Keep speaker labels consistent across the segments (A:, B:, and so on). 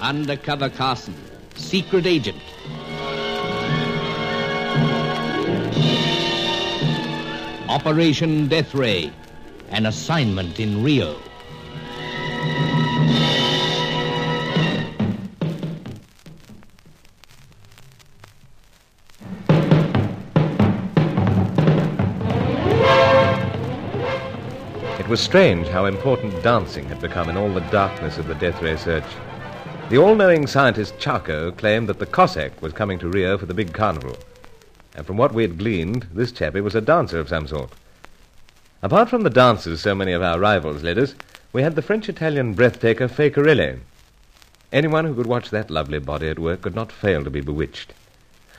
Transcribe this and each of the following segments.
A: Undercover Carson, secret agent. Operation Death Ray, an assignment in Rio.
B: It was strange how important dancing had become in all the darkness of the death ray search. The all knowing scientist Charco claimed that the Cossack was coming to Rio for the big carnival. And from what we had gleaned, this chappie was a dancer of some sort. Apart from the dances so many of our rivals led us, we had the French Italian breath-taker Fakerelli. Anyone who could watch that lovely body at work could not fail to be bewitched.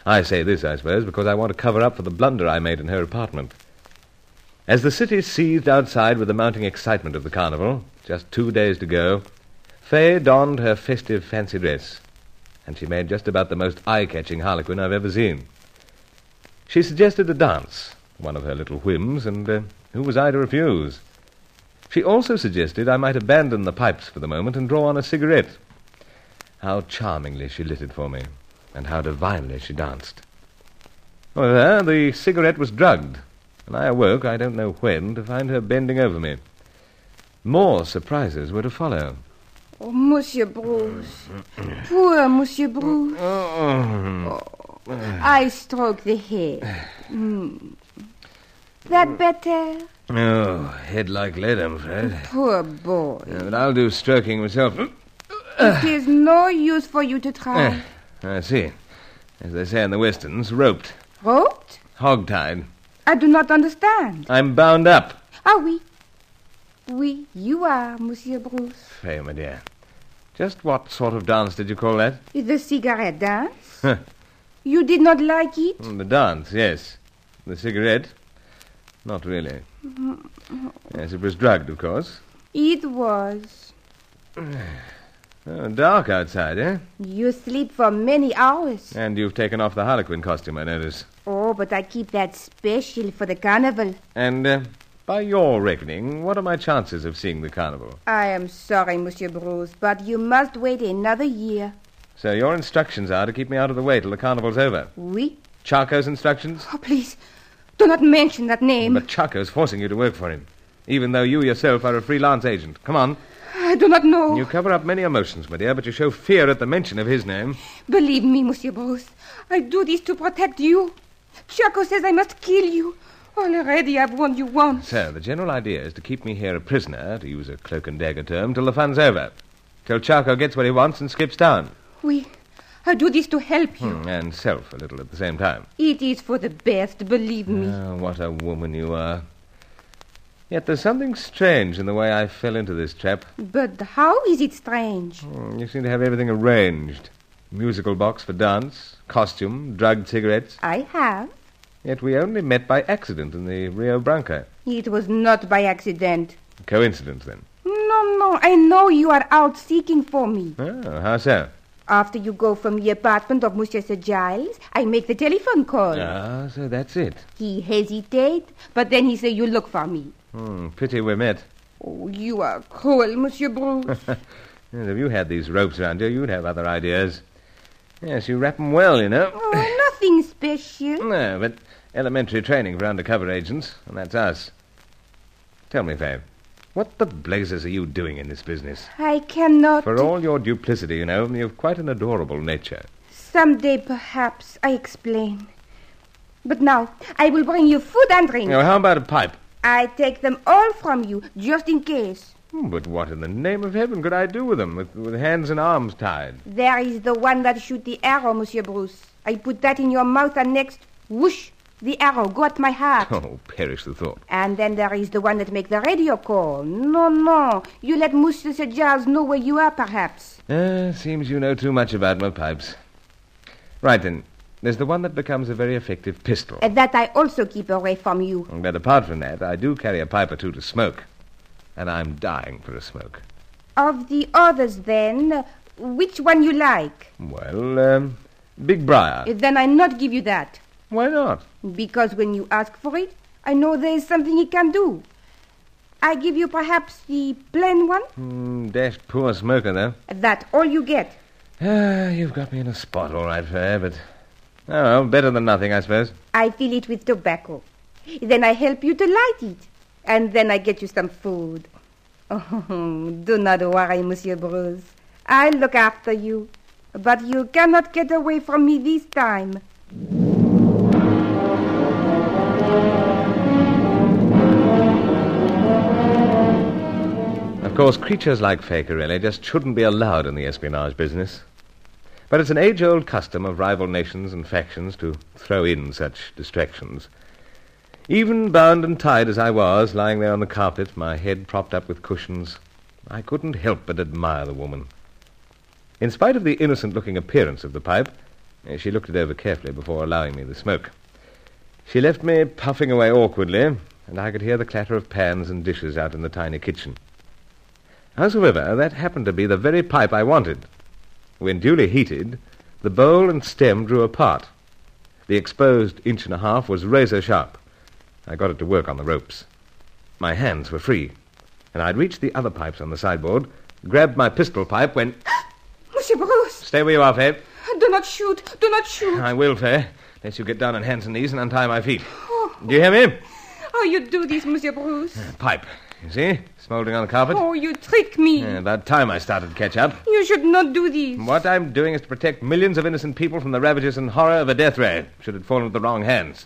B: I say this, I suppose, because I want to cover up for the blunder I made in her apartment. As the city seethed outside with the mounting excitement of the carnival, just two days to go, Fay donned her festive fancy dress, and she made just about the most eye-catching harlequin I've ever seen. She suggested a dance, one of her little whims, and uh, who was I to refuse? She also suggested I might abandon the pipes for the moment and draw on a cigarette. How charmingly she lit it for me, and how divinely she danced. However, the cigarette was drugged, and I awoke, I don't know when, to find her bending over me. More surprises were to follow.
C: Oh, Monsieur Bruce. Poor Monsieur Bruce. I stroke the hair. Mm. That better?
B: Oh, head like lead, I'm afraid.
C: Poor boy.
B: but I'll do stroking myself.
C: It is no use for you to
B: Eh.
C: try.
B: I see. As they say in the westerns, roped,
C: Roped?
B: hogtied.
C: I do not understand.
B: I'm bound up.
C: Are we? Oui, you are, Monsieur Bruce.
B: Fay, my dear. Just what sort of dance did you call that?
C: The cigarette dance?
B: Huh.
C: you did not like it?
B: Mm, The dance, yes. The cigarette? Not really. Yes, it was drugged, of course.
C: It was.
B: Oh, dark outside, eh?
C: You sleep for many hours.
B: And you've taken off the harlequin costume, I notice.
C: Oh, but I keep that special for the carnival.
B: And uh, by your reckoning, what are my chances of seeing the carnival?
C: I am sorry, Monsieur Bruce, but you must wait another year.
B: So your instructions are to keep me out of the way till the carnival's over.
C: Oui?
B: Charco's instructions?
C: Oh, please, do not mention that name.
B: But Charco's forcing you to work for him, even though you yourself are a freelance agent. Come on.
C: I do not know.
B: You cover up many emotions, my dear, but you show fear at the mention of his name.
C: Believe me, Monsieur Bruce, I do this to protect you. Chaco says I must kill you. Already I've warned you once.
B: So, the general idea is to keep me here a prisoner, to use a cloak and dagger term, till the fun's over. Till Charco gets what he wants and skips down. Hmm,
C: Oui, I do this to help you.
B: And self a little at the same time.
C: It is for the best, believe me.
B: Oh, what a woman you are. Yet there's something strange in the way I fell into this trap.
C: But how is it strange?
B: Hmm, You seem to have everything arranged. Musical box for dance, costume, drugged cigarettes.
C: I have.
B: Yet we only met by accident in the Rio Branco.
C: It was not by accident.
B: Coincidence, then.
C: No, no, I know you are out seeking for me.
B: Oh, how so?
C: After you go from the apartment of Monsieur Sir Giles, I make the telephone call.
B: Ah, so that's it.
C: He hesitate, but then he say you look for me.
B: Hmm, pity we met.
C: Oh, you are cruel, Monsieur Bruce.
B: Yes, if you had these ropes around you, you'd have other ideas. Yes, you wrap 'em well, you know.
C: oh, nothing special.
B: No, but elementary training for undercover agents, and that's us. Tell me, Fay, what the blazes are you doing in this business?
C: I cannot.
B: For all your duplicity, you know, you've quite an adorable nature.
C: Someday, perhaps, I explain. But now, I will bring you food and drink.
B: Now, how about a pipe?
C: I take them all from you, just in case.
B: Hmm, But what in the name of heaven could I do with them, with, with hands and arms tied?
C: There is the one that shoot the arrow, Monsieur Bruce. I put that in your mouth, and next, whoosh, the arrow go at my heart.
B: Oh, perish the thought.
C: And then there is the one that make the radio call. No, no. You let Monsieur Sir Giles know where you are, perhaps.
B: Ah, seems you know too much about my pipes. Right, then. There's the one that becomes a very effective pistol.
C: And that I also keep away from you.
B: But apart from that, I do carry a pipe or two to smoke. And I'm dying for a smoke.
C: Of the others, then, which one you like?
B: Well, um, Big Briar.
C: Then I not give you that.
B: Why not?
C: Because when you ask for it, I know there is something he can do. I give you perhaps the plain one?
B: Hmm, dashed poor smoker, though.
C: That all you get.
B: Ah, you've got me in a spot, all right, Fair, but. Oh, well, better than nothing, I suppose.
C: I fill it with tobacco. Then I help you to light it. And then I get you some food. Oh, do not worry, Monsieur Bruce. I'll look after you. But you cannot get away from me this time.
B: Of course, creatures like Fakerelli just shouldn't be allowed in the espionage business. But it's an age old custom of rival nations and factions to throw in such distractions. Even bound and tied as I was, lying there on the carpet, my head propped up with cushions, I couldn't help but admire the woman. In spite of the innocent looking appearance of the pipe, eh, she looked it over carefully before allowing me the smoke. She left me puffing away awkwardly, and I could hear the clatter of pans and dishes out in the tiny kitchen. Howsoever, that happened to be the very pipe I wanted. When duly heated, the bowl and stem drew apart. The exposed inch and a half was razor sharp. I got it to work on the ropes. My hands were free, and I'd reached the other pipes on the sideboard, grabbed my pistol pipe when.
C: Monsieur Bruce,
B: Stay where you are, Fair.
C: do not shoot. Do not shoot.
B: I will, Fair, unless you get down on hands and knees and untie my feet. Do you hear me?
C: Oh, you do this, Monsieur Bruce.
B: Pipe. You see? Smouldering on the carpet.
C: Oh, you trick me.
B: Yeah, about time I started to catch up.
C: You should not do this.
B: What I'm doing is to protect millions of innocent people from the ravages and horror of a death ray, should it fall into the wrong hands.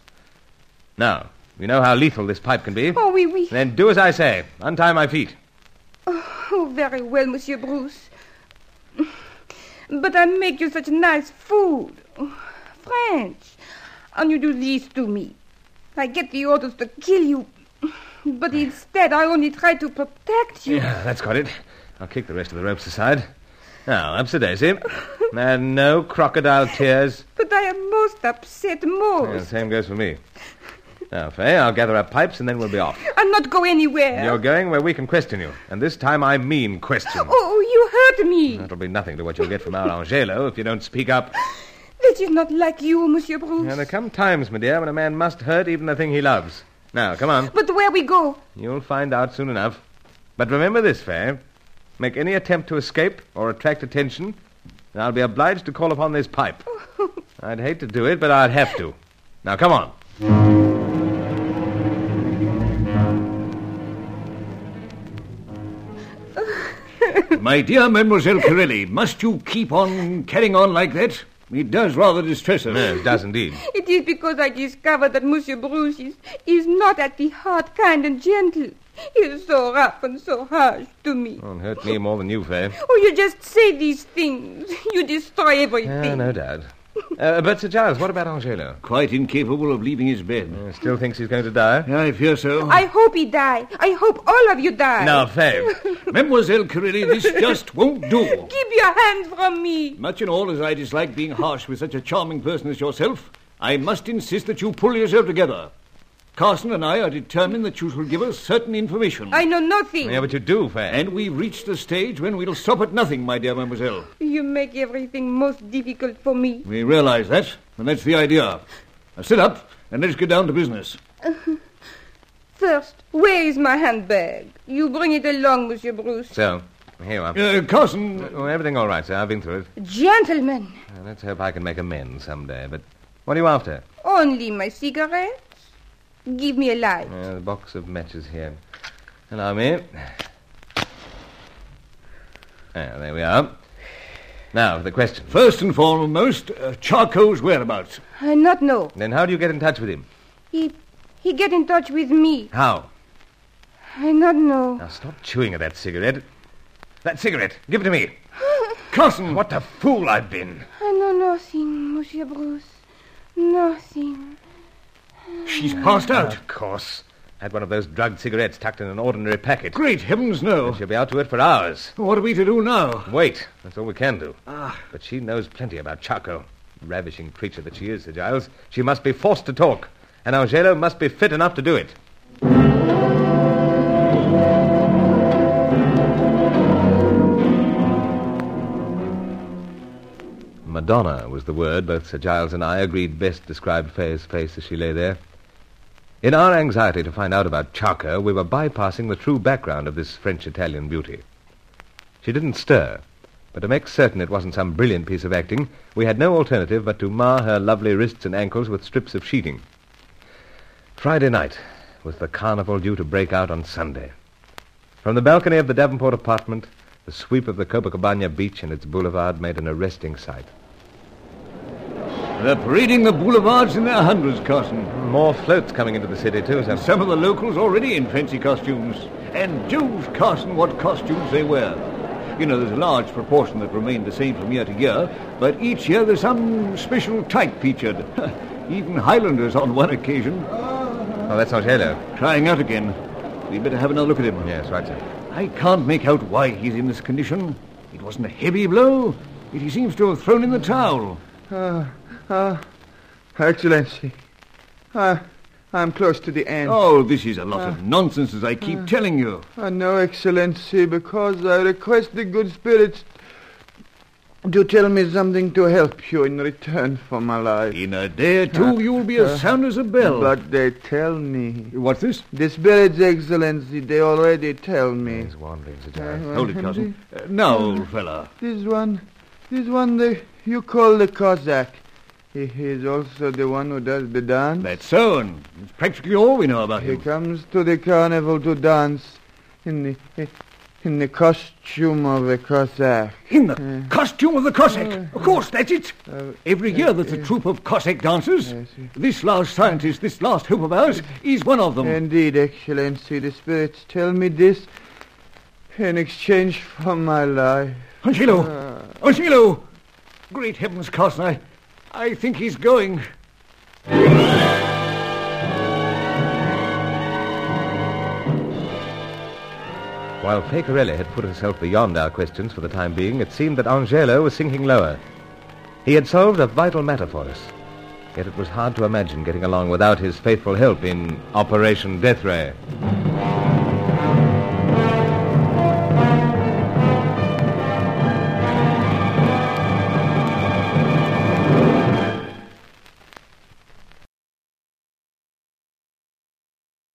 B: Now, we know how lethal this pipe can be.
C: Oh, oui, oui.
B: Then do as I say. Untie my feet.
C: Oh, very well, Monsieur Bruce. But I make you such nice food. French. And you do this to me. I get the orders to kill you. But instead, I only try to protect you.
B: Yeah, that's got it. I'll kick the rest of the ropes aside. Now, up's a daisy. and no crocodile tears.
C: But I am most upset,
B: Yeah, the
C: most.
B: same goes for me. Now, Fay, I'll gather up pipes and then we'll be off.
C: And not go anywhere.
B: You're going where we can question you. And this time I mean question.
C: Oh, you hurt me.
B: That'll be nothing to what you'll get from our Angelo if you don't speak up.
C: That is not like you, Monsieur Bruce.
B: Now, there come times, my dear, when a man must hurt even the thing he loves. Now, come on.
C: But where we go?
B: You'll find out soon enough. But remember this, Fair. Make any attempt to escape or attract attention, and I'll be obliged to call upon this pipe. I'd hate to do it, but I'd have to. Now, come on.
D: My dear Mademoiselle Corelli, must you keep on carrying on like that? It does rather distress us.
B: No, it does indeed.
C: It is because I discovered that Monsieur Bruce is, is not at the heart kind and gentle. He is so rough and so harsh to me.
B: Won't hurt me more than you, Fair.
C: Oh, you just say these things. You destroy
B: Ah,
C: everything.
B: no doubt. Uh, but, Sir Giles, what about Angelo?
D: Quite incapable of leaving his bed.
B: Uh, Still thinks he's going to die?
D: I fear so.
C: I hope he die. I hope all of you die.
B: Now, Fair.
D: Mademoiselle Corelli, this just won't do.
C: Keep your hands from me.
D: Much and all as I dislike being harsh with such a charming person as yourself, I must insist that you pull yourself together. Carson and I are determined that you shall give us certain information.
C: I know nothing.
B: Yeah, but you do, Fair.
D: And we've reached the stage when we'll stop at nothing, my dear mademoiselle.
C: You make everything most difficult for me.
D: We realize that, and that's the idea. Now sit up, and let's get down to business.
C: First, where is my handbag? You bring it along, Monsieur Bruce.
B: So, here you are.
D: Uh, Carson,
B: Oh, everything all right, sir. I've been through it.
C: Gentlemen,
B: Uh, let's hope I can make amends someday. But what are you after?
C: only my cigarettes? Give me a light.
B: Uh, the box of matches here. Hello, me. Ah, there we are. Now for the question.
D: First and foremost, uh, Charco's whereabouts.
C: I not know.
B: Then how do you get in touch with him?
C: He he get in touch with me.
B: How?
C: I not know.
B: Now stop chewing at that cigarette. That cigarette. Give it to me.
D: Carson,
B: What a fool I've been.
C: I know nothing, Monsieur Bruce. Nothing.
D: she's passed out.
B: Of course. Had one of those drugged cigarettes tucked in an ordinary packet.
D: Great heavens, no.
B: She'll be out to it for hours.
D: What are we to do now?
B: Wait. That's all we can do. But she knows plenty about Chaco. Ravishing creature that she is, Sir Giles. She must be forced to talk. And Angelo must be fit enough to do it. Madonna was the word both Sir Giles and I agreed best described Faye's face as she lay there. In our anxiety to find out about Chaco, we were bypassing the true background of this French-Italian beauty. She didn't stir, But to make certain it wasn't some brilliant piece of acting, we had no alternative but to mar her lovely wrists and ankles with strips of sheeting. Friday night was the carnival due to break out on Sunday. From the balcony of the Davenport apartment, the sweep of the Copacabana beach and its boulevard made an arresting sight.
D: They're parading the boulevards in their hundreds, Carson.
B: More floats coming into the city, too, sir.
D: Some of the locals already in fancy costumes. And Jews, Carson, what costumes they wear. You know, there's a large proportion that remain the same from year to year, but each year there's some special type featured. Even Highlanders on one occasion.
B: Oh, that's not yellow.
D: Trying out again. We'd better have another look at him.
B: Yes, right, sir.
D: I can't make out why he's in this condition. It wasn't a heavy blow, yet he seems to have thrown in the towel.
E: Excellency, I, I'm close to the end.
D: Oh, this is a lot of nonsense, as I keep telling you.
E: Uh, no, Excellency, because I request the good spirits to tell me something to help you in return for my life.
D: In a day or two, you'll be as sound as a bell.
E: But they tell me.
D: What's this?
E: The spirits, Excellency, they already tell me.
B: He's wandering, Sir Giles.
D: Hold it, cousin. Uh, now, old fella.
E: This one, this one they, you call the Cossack. He, he is also the one who does the dance.
D: That's so, and it's practically all we know about
E: He
D: him.
E: comes to the carnival to dance in the, in the costume of a Cossack.
D: In the costume of the Cossack. Of course, that's it. Every year there's a troupe of Cossack dancers.
E: Yes, yes.
D: This last scientist, this last hope of ours, is one of them.
E: Indeed, Excellency, the spirits tell me this in exchange for my life.
D: Angelo! Angelo! Great heavens, Carson, I, I think he's going.
B: While Facarelli had put herself beyond our questions for the time being, it seemed that Angelo was sinking lower. He had solved a vital matter for us. Yet it was hard to imagine getting along without his faithful help in Operation Death Ray.